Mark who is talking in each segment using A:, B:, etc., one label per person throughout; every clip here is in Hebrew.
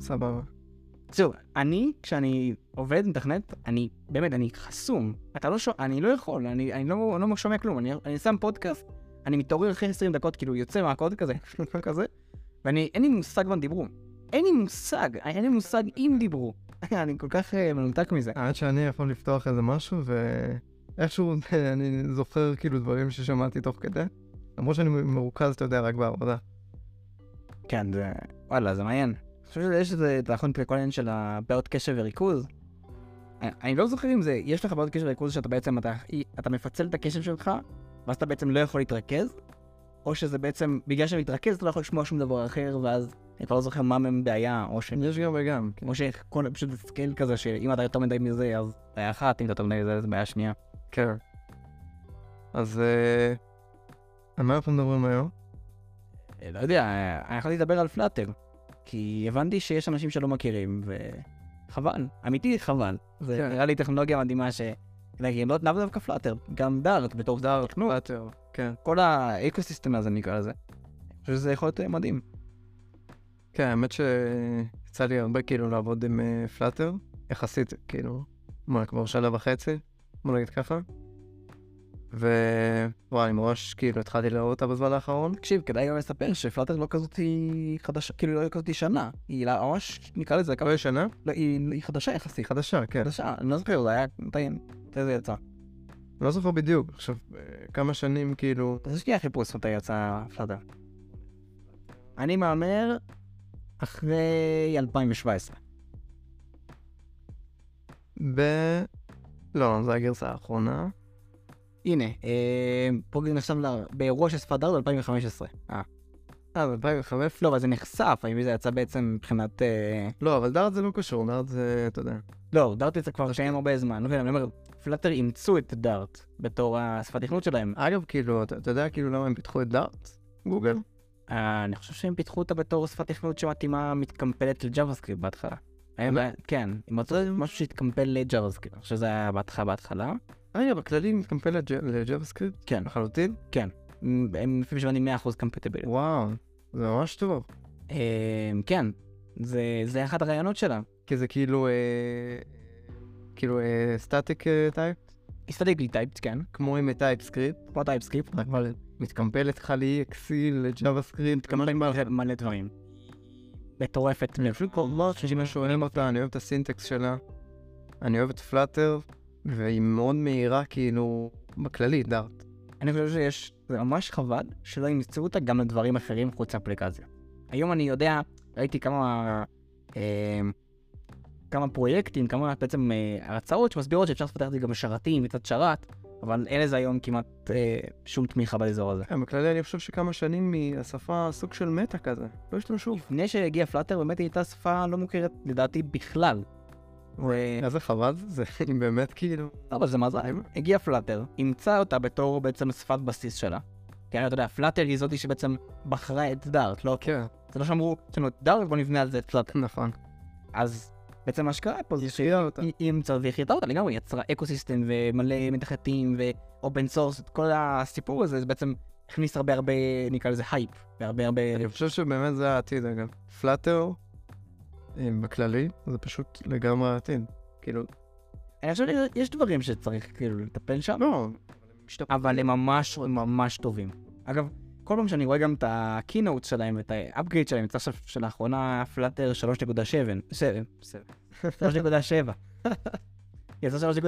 A: סבבה.
B: זהו, אני, כשאני עובד, מתכנת, אני, באמת, אני חסום. אתה לא שומע, אני לא יכול, אני, אני לא, לא שומע כלום. אני, אני שם פודקאסט, אני מתעורר אחרי 20 דקות, כאילו, יוצא מהקוד כזה, כאילו, כזה, ואני, אין לי מושג מה דיברו. אין לי מושג, אין לי מושג אם דיברו. אני כל כך אה, מנותק מזה.
A: עד שאני יכול לפתוח איזה משהו, ואיכשהו אני זוכר כאילו דברים ששמעתי תוך כדי. למרות שאני מרוכז, אתה יודע, רק בעבודה.
B: כן, זה... וואלה, זה מעניין. אני חושב שיש איזה דרכון כל העניין של הבעיות קשב וריכוז. אני, אני לא זוכר אם זה, יש לך בעיות קשב וריכוז שאתה בעצם, אתה, אתה מפצל את הקשב שלך, ואז אתה בעצם לא יכול להתרכז, או שזה בעצם, בגלל שאתה מתרכז אתה לא יכול לשמוע שום דבר אחר, ואז אני כבר לא זוכר מה מהם בעיה, או ש...
A: יש גם וגם. כן.
B: או שכל, פשוט זה סקייל כזה, שאם אתה יותר מדי מזה, אז בעיה אחת, אם אתה יותר מדי מזה, אז בעיה שנייה.
A: כן. אז אה, על מה אנחנו מדברים היום?
B: אה, לא יודע, אה, אני יכולתי לדבר על פלאטר, כי הבנתי שיש אנשים שלא מכירים, וחבל, אמיתי חבל. זה
A: כן.
B: נראה לי טכנולוגיה מדהימה ש... נגיד, לא לאו דווקא פלאטר, גם דארט בתור דארט, נו,
A: פלאטר. כן.
B: כל האקוסיסטם הזה נקרא לזה. אני חושב שזה יכול להיות אה, מדהים.
A: כן, האמת שיצא לי הרבה כאילו לעבוד עם אה, פלאטר, יחסית, כאילו, מה, כבר שנה וחצי, בוא נגיד ככה. ווואי, אני ממש כאילו התחלתי לאהוב אותה בזמן האחרון.
B: תקשיב, כדאי גם לספר שפלאטר לא כזאת היא חדשה, כאילו לא כזאת ישנה. היא לא- ממש, נקרא לזה, כמה-
A: כמה שנה?
B: לא, היא היא חדשה יחסית.
A: חדשה, כן.
B: חדשה, אני לא זוכר, זה היה, מתי מתי זה יצא?
A: אני לא זוכר בדיוק. עכשיו, אה, כמה שנים כאילו...
B: אז יש לי החיפוש מתי יצא פלאטר. אני מהמר אחרי 2017.
A: ב... לא, זו הגרסה האחרונה.
B: הנה, אה, פה זה נחשב ל- באירוע של ספרדרד 2015. אה.
A: אה, ב-2005?
B: לא, אבל זה נחשף, האם זה יצא בעצם מבחינת... אה,
A: לא, אבל דארט זה לא קשור, דארט זה, אתה יודע.
B: לא, דארט יצא כבר שאין הרבה זמן. לא יודע, אני אומר, פלאטר אימצו את דארט בתור השפת תכנות שלהם.
A: אגב, כאילו, אתה, אתה יודע כאילו למה הם פיתחו את דארט? גוגל.
B: אה, אני חושב שהם פיתחו אותה בתור שפת תכנות שמתאימה, מתקמפלת לג'אווה סקריפט בהתחלה. הם- כן, הם מצאו משהו שהתקמפל לג'אווה סקריפט. אני חושב שזה היה בהתחלה בהתחלה.
A: רגע, בכללי מתקמפל לג'אווה סקריפט?
B: כן.
A: לחלוטין?
B: הם הם לפי מה שאני 100% קמפטבל.
A: וואו, זה ממש טוב.
B: כן, זה- זה אחד הרעיונות שלה.
A: כי זה כאילו, אה, כאילו סטטיק טייפ,
B: הסתדק לי טייפט, כן,
A: כמו עם טייפ סקריפט,
B: כמו טייפ סקריפט,
A: רק מה, מתקמפלת לך ל-EXE, לג'אווה סקריפט, כמה
B: קמפיין
A: כן, שבא לך.
B: מלא דברים. מטורפת.
A: אני פשוט כל מה שאני שואלים אותה, אני אוהב את הסינטקס שלה, אני אוהב את פלאטר, והיא מאוד מהירה, כאילו, בכללי, דארט.
B: אני חושב שיש, זה ממש חבל שלא ימצאו אותה גם לדברים אחרים חוץ מאפליקציה. היום אני יודע, ראיתי כמה, אה, כמה פרויקטים, כמה בעצם אה, הרצאות שמסבירות שאפשר לפתח את זה גם בשרתים, מצד שרת, אבל אין לזה היום כמעט אה, שום תמיכה באזור הזה.
A: כן, בכללי אני חושב שכמה שנים מהשפה סוג של מטה כזה, לא השתמשו.
B: לפני שהגיע פלאטר באמת היא הייתה שפה לא מוכרת לדעתי בכלל. ו-
A: איזה חבל זה, זה באמת כאילו...
B: לא, אבל זה מזל. הגיע פלאטר, אימצה אותה בתור בעצם שפת בסיס שלה. כי הרי אתה יודע, פלאטר היא זאתי שבעצם בחרה את דארט, לא?
A: כן,
B: זה לא שאמרו, יש לנו את דארט, בוא נבנה על זה את פלאטר.
A: נכון.
B: אז בעצם מה שקרה פה זה שהיא
A: שיהיה אותה.
B: אימצה והחייתה אותה לגמרי, יצרה אקוסיסטם ומלא מתחתים ואופן סורס, את כל הסיפור הזה, זה בעצם הכניס הרבה הרבה, נקרא לזה הייפ, והרבה הרבה...
A: אני חושב שבאמת זה העתיד, אגב. פלאטר, אה, בכללי, זה פשוט לגמרי העתיד. כאילו,
B: אני חושב שיש דברים שצריך כאילו לטפל שם.
A: לא,
B: אבל הם ממש ממש טובים. אגב, כל פעם שאני רואה גם את הקינאוט שלהם ואת האפגריד שלהם, יצא עכשיו שלאחרונה פלאטר 3.7, שבע, שבע, כן, 3.7. יצא 3.7,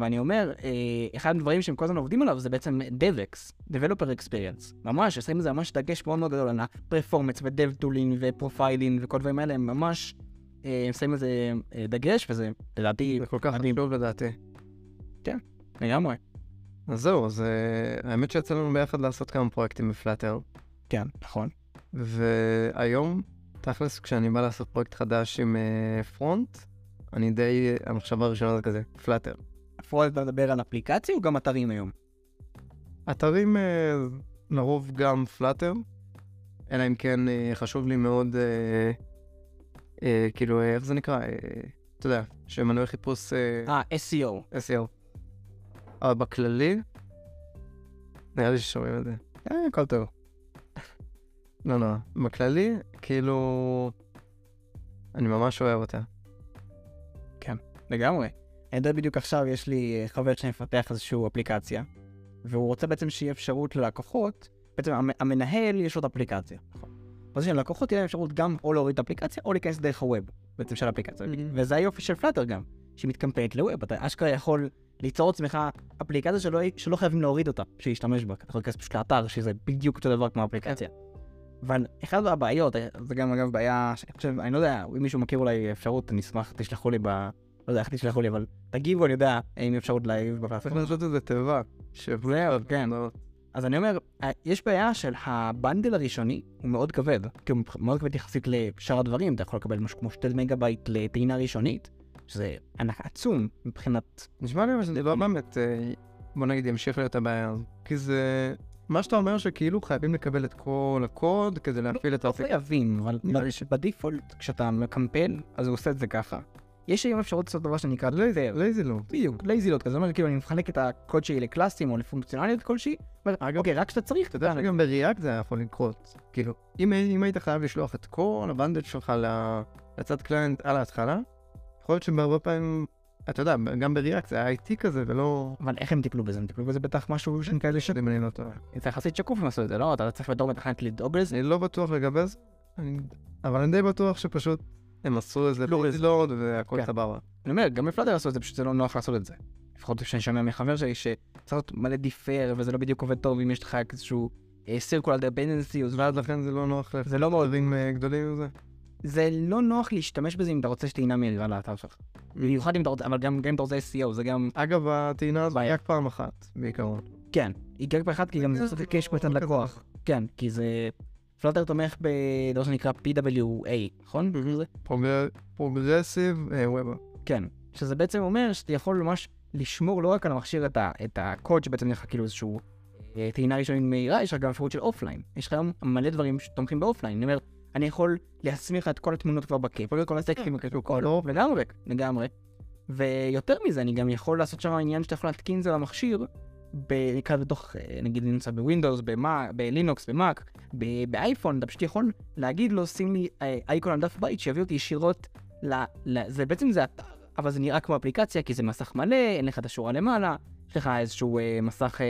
B: ואני אומר, אה, אחד הדברים שהם כל הזמן עובדים עליו זה בעצם DevX, Developer Experience. ממש, שמים לזה ממש דגש מאוד מאוד גדול על הפרפורמנס ודב טולין ופרופיילין וכל הדברים האלה, הם ממש אה, הם שמים לזה אה, דגש, וזה לדעתי
A: זה כל כך
B: מדהים.
A: חשוב לדעתי.
B: לגמרי.
A: אז זהו, אז אה, האמת שיצא לנו ביחד לעשות כמה פרויקטים בפלאטר,
B: כן, נכון.
A: והיום, תכלס, כשאני בא לעשות פרויקט חדש עם אה, פרונט, אני די, המחשבה הראשונה זה כזה, פלאטר.
B: אפרופו אתה מדבר על אפליקציה או גם אתרים היום?
A: אתרים אה, לרוב גם פלאטר, אלא אם כן אה, חשוב לי מאוד, אה, אה, כאילו, אה, איך זה נקרא? אה, אתה יודע, שמנועי חיפוש אה,
B: אה, SEO.
A: SEO. אבל אה, בכללי, נראה לי ששומעים את זה.
B: אה, הכל טוב.
A: לא נורא. בכללי, כאילו, אני ממש אוהב אותה.
B: לגמרי. אני יודע בדיוק עכשיו, יש לי אה, חבר שמפתח איזושהי אפליקציה, והוא רוצה בעצם שיהיה אפשרות ללקוחות, בעצם המ- המנהל יש לו את האפליקציה. נכון. אז יש ללקוחות תהיה להם אפשרות גם או להוריד את האפליקציה, או להיכנס דרך הווב, בעצם של האפליקציה.
A: Mhm.
B: וזה היופי של פלאטר גם, שהיא מתקמפיינת לווב, אתה אשכרה יכול ליצור לעצמך אפליקציה שלא, שלא חייבים להוריד אותה, שישתמש בה, אתה יכול להיכנס פשוט לאתר, שזה בדיוק אותו דבר כמו האפליקציה. אבל אחת הבעיות, זה גם אגב בעיה, שאני חושב, אני לא יודע, אם מישהו מכיר אולי אפשרות, אני אשמח, תשלחו לי ב... לא יודע איך תשלחו לי, אבל תגיבו, אני יודע, אם יש אפשרות להגיב
A: צריך
B: בפלטפורמה.
A: לעשות איזה תיבה. לא-
B: זהו, אה. כן. אז אני אומר, אה, יש בעיה של הבנדל הראשוני, הוא מאוד כבד. כאילו, הוא מאוד כבד יחסית לשאר הדברים, אתה יכול לקבל משהו כמו שתי מגה בייט לטעינה ראשונית, שזה ענק עצום מבחינת...
A: נשמע לי אבל שזה לא באמת, אה, בוא נגיד, ימשיך להיות הבעיה הזו. כי זה... מה שאתה אומר שכאילו חייבים לקבל את כל הקוד כדי
B: לא
A: להפעיל את האופק.
B: חייבים, אבל
A: נראה לי
B: בדיפולט, כשאתה מקמפיין, אז הוא עושה את זה ככה. יש היום אפשרות לעשות דבר שנקרא
A: לייזי, לייזי לא.
B: בדיוק, לייזילות כזה, זאת אומרת, כאילו, אני מחלק את הקוד שלי לקלאסים או לפונקציונליות כלשהי, אבל
A: אגב-
B: אוקיי, רק כשאתה צריך,
A: אתה יודע שגם בריאקט זה היה יכול לקרות. כאילו, אם, אם היית חייב לשלוח את כל הבנדל שלך ל- לצד קליינט על ההתחלה, יכול להיות שבהרבה פעמים, אתה יודע, גם בריאקט זה היה איטי כזה ולא...
B: אבל איך הם טיפלו בזה? הם טיפלו בזה בטח משהו שנקרא לש...
A: אם אני לא טועה.
B: זה יחסית שקוף הם עשו את זה, לא? אתה צריך בתור מתכנת לדאוג לזה?
A: אני לא בטוח לגבי זה, אני... אבל אני די בטוח שפשוט הם עשו איזה
B: לא,
A: פילוט והכל
B: כן.
A: סבבה.
B: אני אומר, גם בפלאטר עשו את זה, פשוט זה לא נוח לעשות את זה. לפחות כשאני שומע מחבר שלי שצריך לעשות מלא דיפר, וזה לא בדיוק עובד טוב אם יש לך איזשהו אה, סירקולר דפנדנסי,
A: ואז לכן זה לא נוח
B: זה לא מאוד...
A: לדברים גדולים וזה.
B: זה לא נוח להשתמש בזה אם אתה רוצה שתהינה מהירה לאתר שלך. במיוחד אם אתה רוצה, אבל גם גם אם אתה רוצה SEO, זה גם...
A: אגב, הטעינה הזאת
B: בעיה.
A: רק פעם אחת, בעיקרון.
B: כן, היא גג באחד כי גם זה צריך לקש
A: לא
B: פה את הלקוח. כן, כי זה... פלאטר תומך בדבר שנקרא PWA, נכון? זה-
A: פרוגרסיב אה, ווב.
B: כן, שזה בעצם אומר שאתה יכול ממש לשמור לא רק על המכשיר את, ה, את הקוד שבעצם נראה לך כאילו איזשהו אה, טעינה ראשונית מהירה, יש לך גם אפשרות של אופליין. יש לך היום מלא דברים שתומכים באופליין. אני אומר, אני יכול להסמיך לך את כל התמונות כבר בקייפ, או כל הסקטים וכאילו כל אור, לגמרי, לגמרי. ויותר מזה, אני גם יכול לעשות שם עניין שאתה יכול להתקין את זה למכשיר, ב- נקרא בתוך, אה, נגיד אני נמצא בווינדוס, במא- בלינוקס, במאק, ב- באייפון, אתה פשוט יכול להגיד לו, שים לי אה, אייקון על דף בית, שיביא אותי ישירות ל... ל- זה בעצם זה אתר, אבל זה נראה כמו אפליקציה, כי זה מסך מלא, אין לך את השורה למעלה, יש לך איזשהו אה, מסך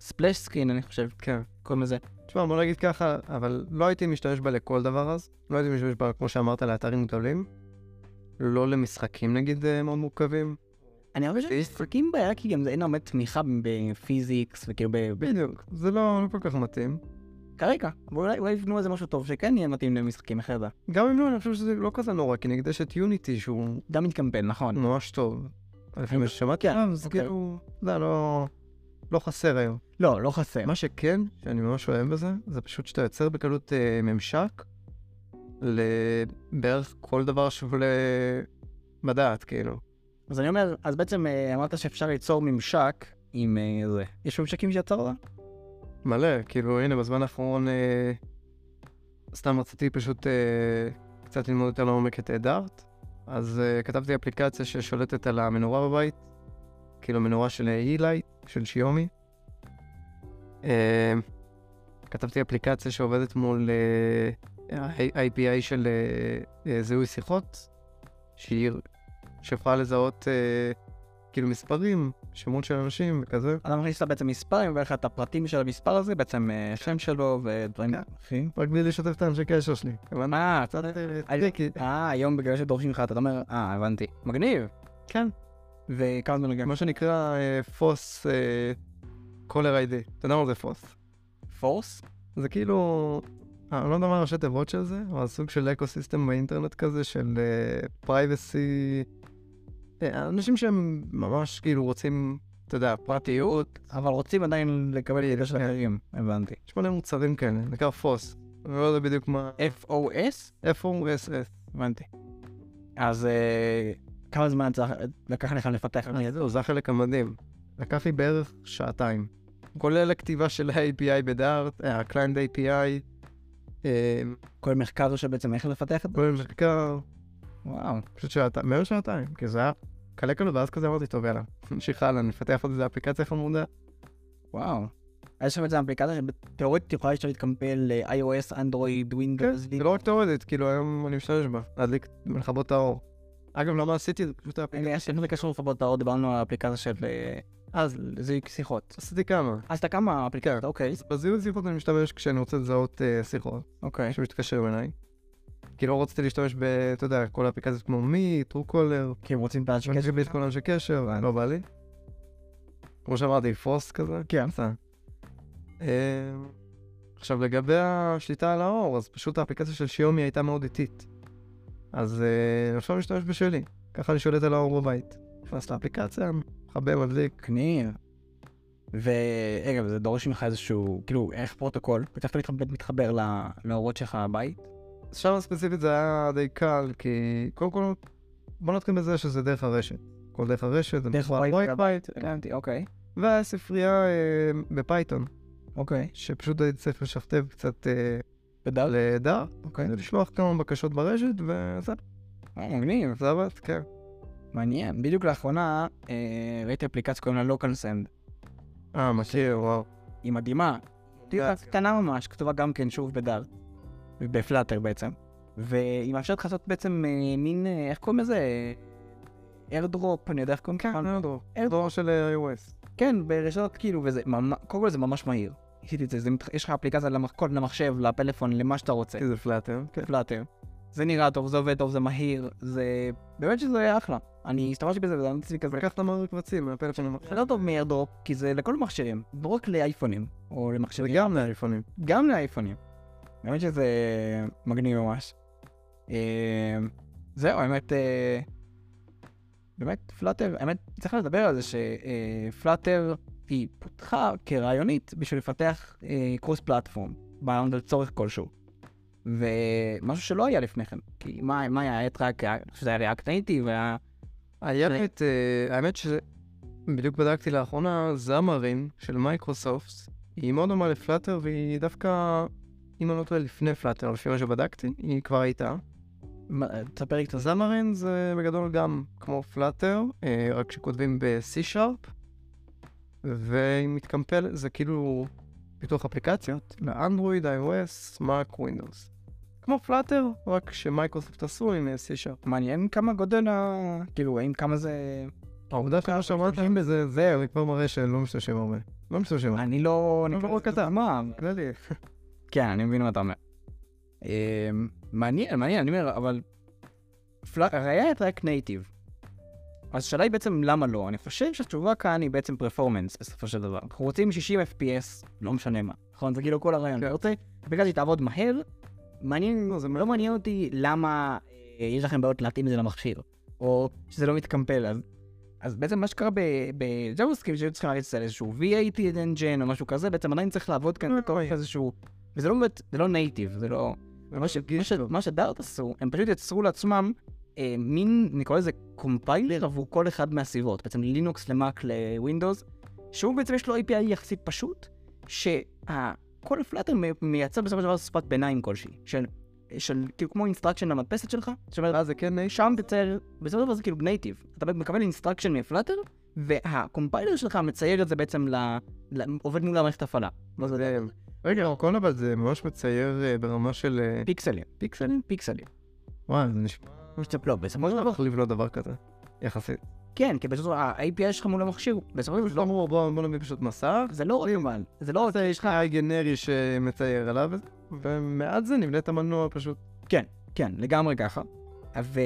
B: ספלאש סקרין, אני חושב,
A: כן.
B: קוראים לזה.
A: תשמע, בוא נגיד ככה, אבל לא הייתי משתמש בה לכל דבר אז. לא הייתי משתמש בה, כמו שאמרת, לאתרים גדולים. לא למשחקים נגיד אה, מאוד מורכבים.
B: אני חושב שמפרקים בעיה, כי גם זה אין הרבה תמיכה בפיזיקס, וכאילו ב... ב-
A: בדיוק. זה לא לא כל כך מתאים.
B: כרגע, אבל אולי אולי יבנו איזה משהו טוב שכן יהיה מתאים למשחקים אחרת.
A: גם אם לא, אני חושב שזה לא כזה נורא, כי נגיד יש את יוניטי שהוא
B: גם מתקמפיין, נכון.
A: ממש טוב. לפי מה ששמעתי
B: כן,
A: עליו, זה
B: אוקיי.
A: כאילו, זה לא... לא חסר היום.
B: לא, לא חסר.
A: מה שכן, שאני ממש אוהב בזה, זה פשוט שאתה יוצר בקלות אה, ממשק לבערך כל דבר שעולה בדעת, כאילו.
B: אז אני אומר, אז בעצם אה, אמרת שאפשר ליצור ממשק עם אה, זה. יש ממשקים שיצרת?
A: מלא, כאילו, הנה, בזמן האחרון, אה, סתם רציתי פשוט אה, קצת ללמוד יותר לעומק את אה, דארט, אז אה, כתבתי אפליקציה ששולטת על המנורה בבית, כאילו מנורה של אילייט, של שיומי. אה, כתבתי אפליקציה שעובדת מול אה, ה- IPI של אה, אה, זיהוי שיחות, שהיא שיכולה לזהות אה, כאילו מספרים, שמות של אנשים וכזה.
B: אתה מכניס לה בעצם מספר, אני מביא לך את הפרטים של המספר הזה, בעצם אה, שם שלו ודברים
A: כן.
B: אחרים.
A: רק בלי לשתף את האנשי קשר שלי.
B: מה? אתה-
A: אה, כי-
B: אה, היום בגלל שדורשים לך, אתה אומר, אה, הבנתי. מגניב.
A: כן.
B: וכמה זמן גם?
A: מה שנקרא אה, פוס קולר איי-די. אתה יודע מה זה פוס?
B: פורס?
A: זה כאילו, אה, אני לא יודע מה ראשי תיבות של זה, אבל סוג של אקו סיסטם באינטרנט כזה של פרייבסי. אנשים שהם ממש כאילו רוצים, אתה יודע, פרטיות.
B: אבל רוצים עדיין לקבל ידע של אחרים, הבנתי.
A: יש מלא מוצרים כאלה, נקרא פוס. אני לא יודע בדיוק מה,
B: FOS?
A: איפה הוא SS.
B: הבנתי. אז אה, כמה זמן צריך, לקח לך לפתח?
A: אני זהו, זה החלק המדהים. לקח לי בערך שעתיים. כולל הכתיבה של ה-API בדארט, אה, הקליינד API, אה,
B: כל מחקר שבעצם איך לפתח את זה?
A: כולל מחקר.
B: וואו.
A: פשוט שעתיים, מעבר שעתיים, כי זה היה קלה קלות, ואז כזה אמרתי, טוב, יאללה, נמשיך הלאה, נפתח עוד איזה אפליקציה חמודה.
B: וואו. אז יש שם איזה אפליקציה שתאורטית יכולה להשתלט קמפיין ל-iOS, אנדרואיד,
A: כן,
B: ווינדוס,
A: זה לא רק תאורטית, כאילו היום אני משתמש בה, להדליק ולכבות את האור. אגב, למה עשיתי את זה? פשוט היה פתאום.
B: יש לזה קשור לפחות האור, דיברנו על האפליקציה של... אה, אז זה שיחות.
A: עשיתי כמה.
B: אז אתה כמה אפליקציות,
A: כן.
B: אוקיי,
A: בזיהוי שיחות אני משתמש כשאני רוצה לזהות אה, שיחות,
B: אוקיי.
A: שמתקשר אליי. כי לא רציתי להשתמש ב... אתה יודע, כל האפליקציות כמו מי, טרוקולר,
B: כי הם רוצים את האנשי
A: אני
B: קשר.
A: מקבל את כל אנשי קשר, לא בא לי. כמו שאמרתי, פרוסט כזה.
B: כן.
A: בסדר. אה, עכשיו לגבי השליטה על האור, אז פשוט האפליקציה של שיומי הייתה מאוד איטית. אז אה, עכשיו אני משתמש בשלי, ככה אני שולט על האור בבית. נכנס לאפליקציה, מכבה, מדליק.
B: מגניב. ואגב, זה דורש ממך איזשהו, כאילו, איך פרוטוקול? בטח אתה באמת מתחבר ל- לאורות שלך בבית?
A: אז שם ספציפית זה היה די קל, כי קודם כל, בוא נתחיל בזה שזה דרך הרשת. כל דרך הרשת, זה
B: דרך
A: מחובר
B: וי-פיי
A: וי-פיי,
B: הבנתי, אוקיי.
A: והספרייה אה, בפייתון,
B: אוקיי.
A: שפשוט הייתי צריך לשכתב קצת אה,
B: תודה.
A: לדעת.
B: אוקיי.
A: לשלוח כמה בקשות ברשת, וזהו,
B: אה, מגניב.
A: זה עבד, כן.
B: מעניין. בדיוק לאחרונה אה, ראיתי אפליקציה שקוראים לה לוקל סנד.
A: אה, מכיר, וואו.
B: היא מדהימה. תראה,
A: אפליקציה.
B: קטנה ממש, כתובה גם כן שוב בדארט. בפלאטר בעצם. והיא מאפשרת לך לעשות בעצם אה, מין, אה, איך קוראים לזה? איירדרופ, אני יודע איך קוראים לזה.
A: נדרו. דור של אה, iOS.
B: כן, ברשתות כאילו, וזה, ממ- קודם כל זה ממש מהיר. עשיתי את זה, זה מת- יש לך אפליקציה למחקות, למחשב, לפלאפון, למה שאתה רוצה.
A: כי זה פלאטר. כן.
B: פלאטר. זה נראה טוב, זה עובד טוב, זה מהיר, זה... באמת שזה היה אחלה. אני השתמשתי בזה וזה אמרתי לי כזה,
A: לקחת מהמקבצים, מהפלאפון למחשב.
B: זה לא טוב מאיירדרופ, כי זה לכל המחשבים, לא רק לאייפונים, או
A: שזה
B: למחשבים,
A: גם לאייפונים.
B: גם לאייפונים. האמת שזה מגניב ממש. אה, זהו, האמת, אה, באמת, פלאטר, האמת, צריך לדבר על זה שפלאטר היא פותחה כרעיונית בשביל לפתח קרוס פלטפורם, בעיון על צורך כלשהו. ומשהו שלא היה לפני כן, כי מה, מה היה, היה את רק, אני חושב שזה היה ריאקט נייטיב, והיה...
A: היה באמת, אה, האמת שזה... בדיוק בדקתי לאחרונה, זמרים של מייקרוסופט, היא מאוד דומה לפלאטר, והיא דווקא, אם אני לא טועה, לפני פלאטר, לפי מה שבדקתי, היא כבר הייתה.
B: מה, תספר לי קצת.
A: זמרין זה בגדול גם כמו פלאטר, אה, רק שכותבים ב-C-Sharp, והיא מתקמפל, זה כאילו פיתוח אפליקציות לאנדרואיד, iOS, Mac, Windows. כמו פלאטר, רק שמייקרוסופט עשו עם אה, C-Sharp.
B: מעניין כמה גודל ה... כאילו, האם כמה זה...
A: העובדה שמה שאמרתם בזה, זה, אני כבר מראה שלא משתמשים הרבה. לא משתמשים הרבה.
B: אני לא... אני
A: לא
B: כבר-
A: נורא קטן.
B: מה?
A: כללי.
B: כן, אני מבין מה אתה אומר. אה, מעניין, מעניין, אני אומר, אבל... פל- הרי היה את רק נייטיב. אז השאלה היא בעצם למה לא. אני חושב שהתשובה כאן היא בעצם פרפורמנס, בסופו של דבר. אנחנו רוצים 60 FPS, לא משנה מה. נכון? זה כאילו כל הרעיון.
A: כן.
B: אני רוצה, בגלל שהיא תעבוד מהר, מעניין, זה לא מעניין אותי למה אה, יש לכם בעיות להתאים את זה למכשיר, או שזה לא מתקמפל. אז, אז בעצם מה שקרה בג'אווסקריפט, שהיו צריכים להריץ על איזשהו V8 engine או משהו כזה, בעצם עדיין צריך לעבוד כאן בתור איזשהו... וזה לא באמת, זה לא נייטיב, זה לא... מה ש- מה ש- מה שדארט עשו, הם פשוט יצרו לעצמם אה, מין, נקרא לזה קומפיילר עבור כל אחד מהסביבות, בעצם לינוקס למאק לווינדוס, שהוא בעצם יש לו API יחסית פשוט, שכל פלאטר מייצר בסופו של דבר שפת ביניים כלשהי, של, של כאילו כמו אינסטרקשן למדפסת שלך, שאומרת,
A: אה, זה כן ניישן?
B: שם תצייר, בסופו של דבר זה כאילו נייטיב, אתה מקבל אינסטרקשן מפלאטר, והקומפיילר שלך מצייר את זה בעצם ל... ל... עובד מול המערכת הפעלה, לא זה
A: זה- כן. רגע, הכל אבל זה ממש מצייר אה, ברמה של אה,
B: פיקסלים,
A: פיקסלים?
B: פיקסלים.
A: וואי, זה נשמע...
B: לא, בסופו של דבר
A: מחליב לא דבר כזה, יחסית.
B: כן, כי פשוט ה-API שלך מול המכשיר, בסופו של
A: פשוט
B: דבר,
A: אמרו, בוא בוא נביא פשוט מסך,
B: זה לא רק אבל, זה לא רק,
A: יש לך AI גנרי שמצייר עליו, ומאז זה נבנית המנוע פשוט.
B: כן, לגמרי ככה. ו...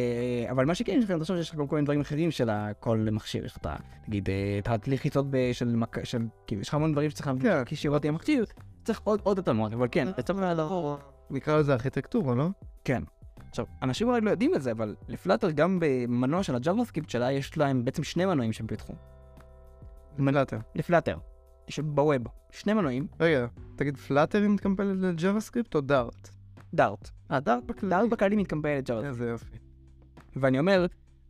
B: אבל מה שכן, יש לך, תחשוב שיש לך גם כל מיני דברים אחרים של ה- כל מכשיר, יש לך, את ה- נגיד, אה, את הלחיצות ב- של, מק... של, כאילו, יש לך המון דברים שצריך להביא
A: כן.
B: ישירות עם המכשיר, צריך עוד, עוד התאמות, אבל כן, אתה צריך לעבור.
A: נקרא לזה ארכיטקטורה, לא?
B: עכשיו, אנשים אולי לא יודעים את זה, אבל לפלאטר גם במנוע של הג'אווסקריפט שלה, יש להם בעצם שני מנועים שהם פיתחו.
A: פלאטר.
B: לפלאטר, בווב, שני מנועים,
A: רגע, תגיד, פלאטר היא מתקמפלת לג'אווה סקריפט או דארט?
B: דארט.
A: אה, דארט בכלל.
B: דארט בכללי מתקמפל לג'אווסקריפט.
A: איזה יופי.
B: ואני אומר,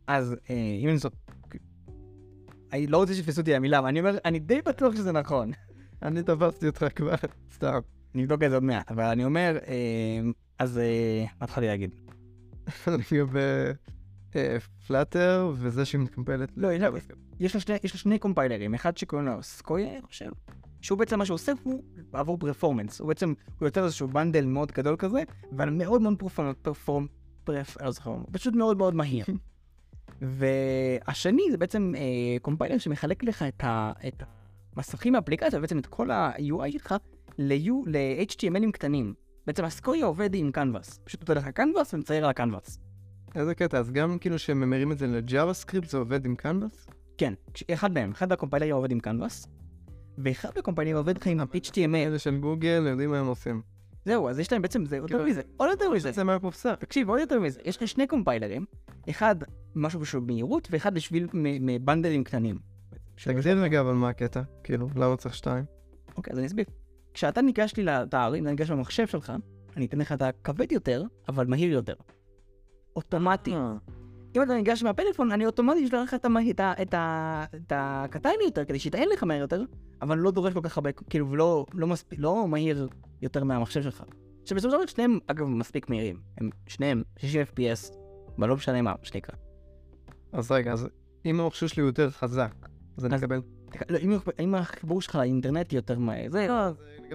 B: אז אה, אם זאת... אני לא רוצה שיתפסו אותי למילה, אבל אני אומר, אני די בטוח שזה נכון.
A: אני תפסתי אותך כבר, סתם.
B: נבדוק את זה עוד מעט, אבל אני אומר, אה, אז אה, מה התחלתי להגיד?
A: לגבי אה, פלאטר וזה שהיא מתקמפלת.
B: לא, יש לה- יש לה שני- יש לה שני קומפיילרים, אחד שקוראים לו סקויה, אני חושב, שהוא בעצם מה שהוא עושה הוא עבור פרפורמנס, הוא בעצם, הוא יוצר איזשהו בנדל מאוד גדול כזה, אבל מאוד מאוד פרפורמנס, פרפורמ, פרפ, אני לא זוכר, פשוט מאוד מאוד מהיר. והשני זה בעצם אה, קומפיילר שמחלק לך את, ה, את המסכים מהאפליקציה, בעצם את כל ה-UI שלך ל-U- ל-HTMLים קטנים. בעצם הסקויה עובד עם קנבאס, פשוט נותן לך קנבאס ומצייר על הקנבאס.
A: איזה קטע, אז גם כאילו שהם ממירים את זה לג'אווה סקריפט זה עובד עם קנבאס?
B: כן, כש- אחד מהם, אחד הקומפיילר עובד עם קנבאס, ואחד הקומפיילר עובד לך עם HTML.
A: אלה של גוגל יודעים מה הם עושים.
B: זהו, אז יש להם בעצם, זה יותר
A: כאילו,
B: מזה, עוד יותר מזה.
A: זה מהפופסר.
B: תקשיב, עוד יותר מזה, יש לך שני קומפיילרים, אחד משהו בשביל מהירות, ואחד בשביל מ- מ- בנדלים קטנים.
A: תגדיר רגע אבל מה הקטע, כאילו, למה צריך שתיים?
B: אוקיי, אז אני אסביר. כשאתה ניגש לי לתאר, אם אתה ניגש למחשב שלך, אני אתן לך את הכבד יותר, אבל מהיר יותר. אוטומטי. אם אתה ניגש מהפלאפון, אני אוטומטית אשלח לך את המהיר- את ה- את ה- את הקטן יותר, כדי שיתעל לך מהר יותר, אבל לא דורש כל כך הרבה, כאילו, ולא לא מספיק, לא מהיר יותר מהמחשב שלך. שבסופו של דבר שניהם, אגב, מספיק מהירים. הם שניהם 60 FPS, אבל לא משנה מה, מה שנקרא.
A: אז רגע, אז אם המחשב שלי הוא יותר חזק, אז אני
B: אז-
A: אקבל...
B: לא, אם- אם החיבור שלך לאינטרנט יותר מהר, זה... אני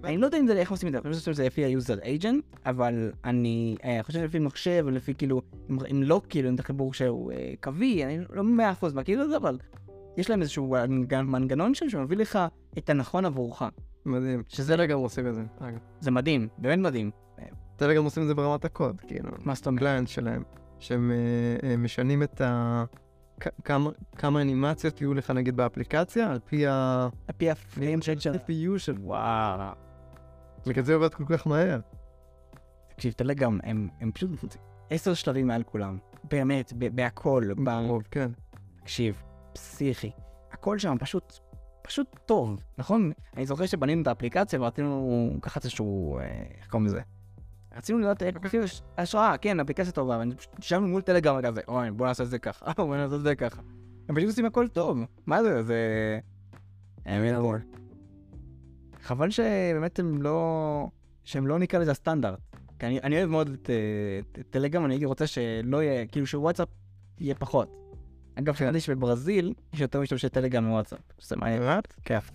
A: אני-
B: לא יודע אם זה, איך עושים את זה, אני חושב שזה לפי ה-user agent, אבל אני אה, חושב לפי מחשב, לפי כאילו, אם, אם לא כאילו, אם זה חיבור שהוא אה, קווי, אני לא מאה אחוז מכיר את זה, אבל יש להם איזשהו מנגנ- מנגנון שם שמביא לך את הנכון עבורך.
A: מדהים. שזה לא גם עושים את זה. אגב.
B: זה מדהים, באמת מדהים.
A: טלגרם עושים את זה ברמת הקוד, כאילו.
B: מה זאת אומרת?
A: הקליינט שלהם, שהם אה, אה, משנים את ה... כ- כמה- כמה אנימציות יהיו לך נגיד באפליקציה, על פי ה...
B: על פי הפריים של של...
A: CPU של...
B: וואו.
A: בגלל זה עובד כל כך מהר.
B: תקשיב, טלגרם, הם, הם פשוט עשר שלבים מעל כולם. באמת, ב- בהכל, ב-
A: ברוב, כן.
B: תקשיב, פסיכי. הכל שם פשוט, פשוט טוב, נכון? אני זוכר שבנינו את האפליקציה ורצינו ככה איזשהו, אה, איך קוראים לזה? רצינו לדעת איך עושים הש- השראה, כן, אפליקציה טובה, ואני פשוט ישבנו מול טלגרם כזה, אוי, בוא נעשה את זה ככה, בוא נעשה את זה ככה. הם פשוט עושים הכל טוב, מה זה, זה... האמין המון. חבל שבאמת הם לא... שהם לא נקרא לזה הסטנדרט. כי אני, אני אוהב מאוד את, אה, את את טלגרם, אני הייתי רוצה שלא יהיה, כאילו שוואטסאפ יהיה פחות. אגב, שמעתי שבברזיל יש יותר משתמשי טלגרם מוואטסאפ. שזה מעניין.
A: באמת?
B: כיף.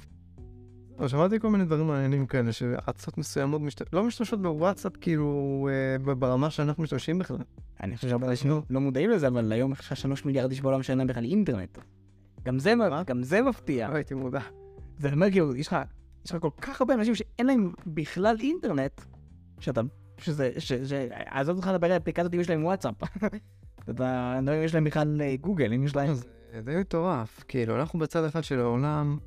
A: לא, שמעתי כל מיני דברים מעניינים כאלה, שארצות מסוימות משת- לא משתמשות בוואטסאפ כאילו אה, ב- ברמה שאנחנו משתמשים בכלל.
B: אני חושב שהרבה אנשים לא- לא מודעים לזה, אבל היום יש לך שלוש מיליארד איש בעולם שאין להם בכלל אינטרנט. גם זה,
A: מה?
B: גם זה מפתיע.
A: לא הייתי מודע.
B: זה אומר כאילו, יש לך, יש לך כל כך הרבה אנשים שאין להם בכלל אינטרנט, שאתה, שזה, ש... ש... עזוב אותך לדבר על אפליקציות אם יש להם וואטסאפ. אתה, אני לא יודע אם יש להם בכלל אה, גוגל, אם יש להם...
A: זה די מטורף, כאילו, אנחנו בצד אחד של העולם,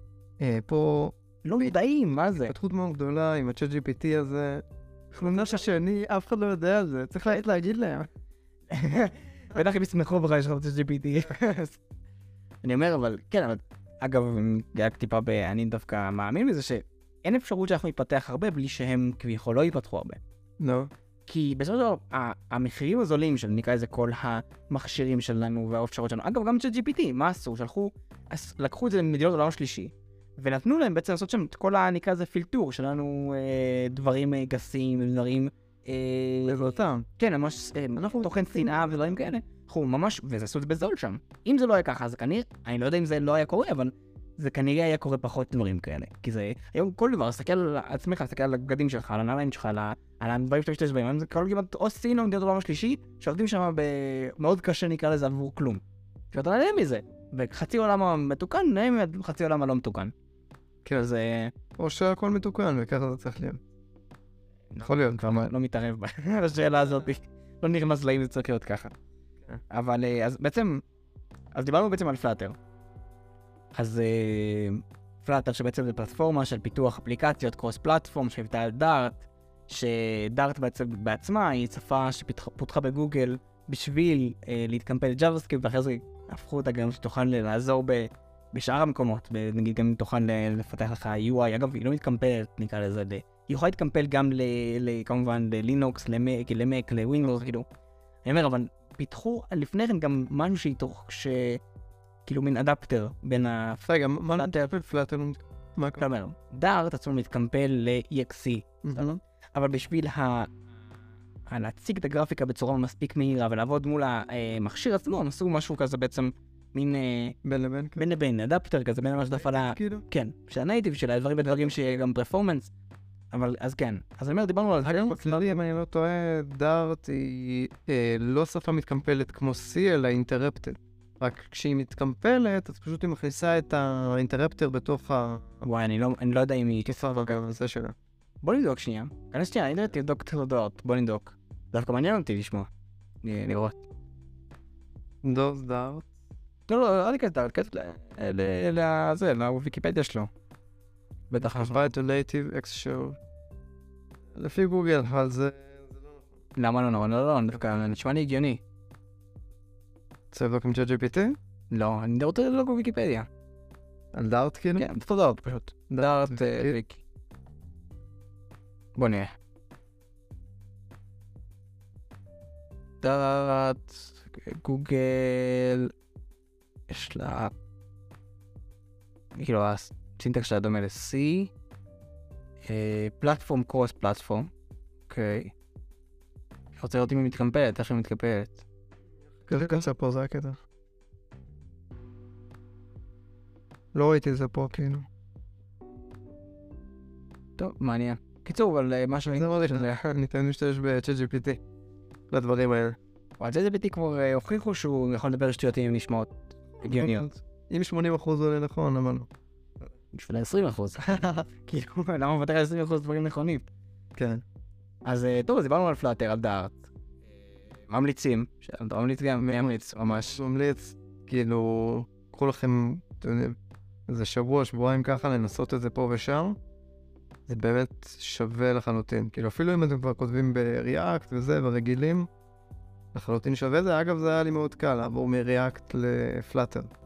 A: אה, פה
B: לא מודעים, מה זה?
A: התפתחות מאוד גדולה עם ה-chat GPT הזה. חלומנה שהשני, אף אחד לא יודע על זה, צריך לעת להגיד להם.
B: בטח הם ישמחו בך יש לך את GPT. אני אומר אבל כן אבל אגב אם רק טיפה ב... אני דווקא מאמין בזה שאין אפשרות שאנחנו נתפתח הרבה בלי שהם כביכול לא יפתחו הרבה.
A: נו.
B: כי בסופו של דבר ה- המחירים הזולים של נקרא לזה כל המכשירים שלנו והאפשרות שלנו אגב גם צ'אט GPT מה עשו שלחו אז לקחו את זה למדינות העולם השלישי ונתנו להם בעצם לעשות שם את כל ה- נקרא לזה פילטור שלנו אה, דברים אה, גסים דברים אה,
A: בעזרתם.
B: כן, ממש אה,
A: אנחנו-
B: תוכן שנאה ודברים כאלה. אנחנו ממש, וזה עשו את זה בזול שם. אם זה לא היה ככה, אז כנראה, אני לא יודע אם זה לא היה קורה, אבל זה כנראה היה קורה פחות דברים כאלה. כי זה, היום כל דבר, תסתכל על עצמך, תסתכל על הבגדים שלך, על הנעליים שלך, על ה- על הדברים שאתה משתמש בהם, היום זה כל כמעט או סין או מדינות העולם השלישי, שעובדים שם מאוד קשה נקרא לזה עבור כלום. לא שאתה נהנה מזה. וחצי העולם המתוקן נהנה מחצי העולם הלא מתוקן. כאילו זה...
A: או שהכל מתוקן, וככה זה צריך להיות. יכול להיות.
B: כבר לא- לא מתערב בה- בשאלה הזאת, לא נכנס לאם זה צריך להיות ככה.
A: כן.
B: אבל אה, אז בעצם, אז דיברנו בעצם על פלאטר. אז אה, פלאטר שבעצם זה פלטפורמה של פיתוח אפליקציות, קרוס פלטפורם, שהייתה על דארט, שדארט בעצם בעצמה היא שפה שפותחה בגוגל בשביל אה, להתקמפל לג'אווה סקריפט, ואחרי זה הפכו אותה גם שתוכל לעזור ב... בשאר המקומות, ב- נגיד גם אם תוכל ל- לפתח לך UI, אגב היא לא מתקמפלת נקרא לזה, ל- היא יכולה להתקמפל גם ל, ל, כמובן ללינוקס, למק, למק, לווינדוס, כאילו. אני אומר, אבל פיתחו לפני כן גם משהו שהיא תוך, ש... כאילו מין אדפטר בין ה...
A: רגע, מה נטפל פלאטר? מה
B: אתה
A: קרה?
B: אומר, דארט עצמו מתקמפל ל-EXE, אבל בשביל ה... ה- להציג את הגרפיקה בצורה מספיק מהירה ולעבוד מול המכשיר עצמו, הם עשו לא, משהו כזה בעצם מין אה,
A: בין לבין, כאילו.
B: בין לבין אדפטר כזה, בין ממש הפעלה,
A: כאילו.
B: כן, שהנייטיב שלה, דברים בדברים שיהיה גם פרפורמנס, אבל אז כן. אז אני אומר, דיברנו על
A: אגב,
B: זה,
A: בכללי, אם אני לא טועה, דארט היא אה, לא שפה מתקמפלת כמו C, אלא אינטרפטד. רק כשהיא מתקמפלת, אז פשוט היא מכניסה את האינטרפטר בתוך ה...
B: וואי, אני לא, אני לא יודע אם היא...
A: כיסה בגרזה שלה.
B: בוא נבדוק שנייה. כנס שנייה, אני יודעת, תבדוק את הדעות, בוא נבדוק. דווקא מעניין אותי לשמוע. אה, לראות.
A: דוס דארט.
B: לא, לא, אל תיכנס לדעת, כנס ל- ל- ל- זה, לוויקיפדיה שלו. בטח אנחנו...
A: Vitalative Exshore. לפי גוגל, אבל זה...
B: למה לא נורא? לא, לא, דווקא נשמע לי הגיוני.
A: רוצה לבדוק עם ChatGPT?
B: לא, אני רוצה לבדוק בוויקיפדיה.
A: על דארט כאילו?
B: כן, אותו דעות פשוט. דעת אה,
A: ויקי.
B: ויקי. בוא נראה. דעת גוגל, יש לה... כאילו הסינטקס שלה דומה ל-C, אה, פלטפורם קרוס פלטפורם, אוקיי. אני רוצה לראות אם היא מתקמפלת, איך היא מתקמפלת.
A: כזה כזה פה, זה הקטע. לא ראיתי את זה פה, כאילו.
B: טוב, מעניין. קיצור, אבל אה, משהו...
A: זה מאוד ישנה. ניתן להשתמש ב-ChatGPT. לדברים האלה.
B: על זה זה ביטי כבר אה, הוכיחו שהוא יכול לדבר שטויות אם הן נשמעות הגיוניות.
A: אם 80% עולה נכון, למה לא?
B: בשביל ה-20 אחוז. כאילו, למה מוותר על 20 אחוז דברים נכונים?
A: כן.
B: אז אה, טוב, אז דיברנו על פלאטר, על דארט. אה, ממליצים, אתה ממליץ גם, מי ימליץ ממש.
A: ממליץ, כאילו, קחו לכם, אתם יודעים, איזה שבוע, שבועיים ככה, לנסות את זה פה ושם. זה באמת שווה לחלוטין. כאילו, אפילו אם אתם כבר כותבים בריאקט וזה, ורגילים, לחלוטין שווה זה. אגב, זה היה לי מאוד קל לעבור מריאקט לפלאטר.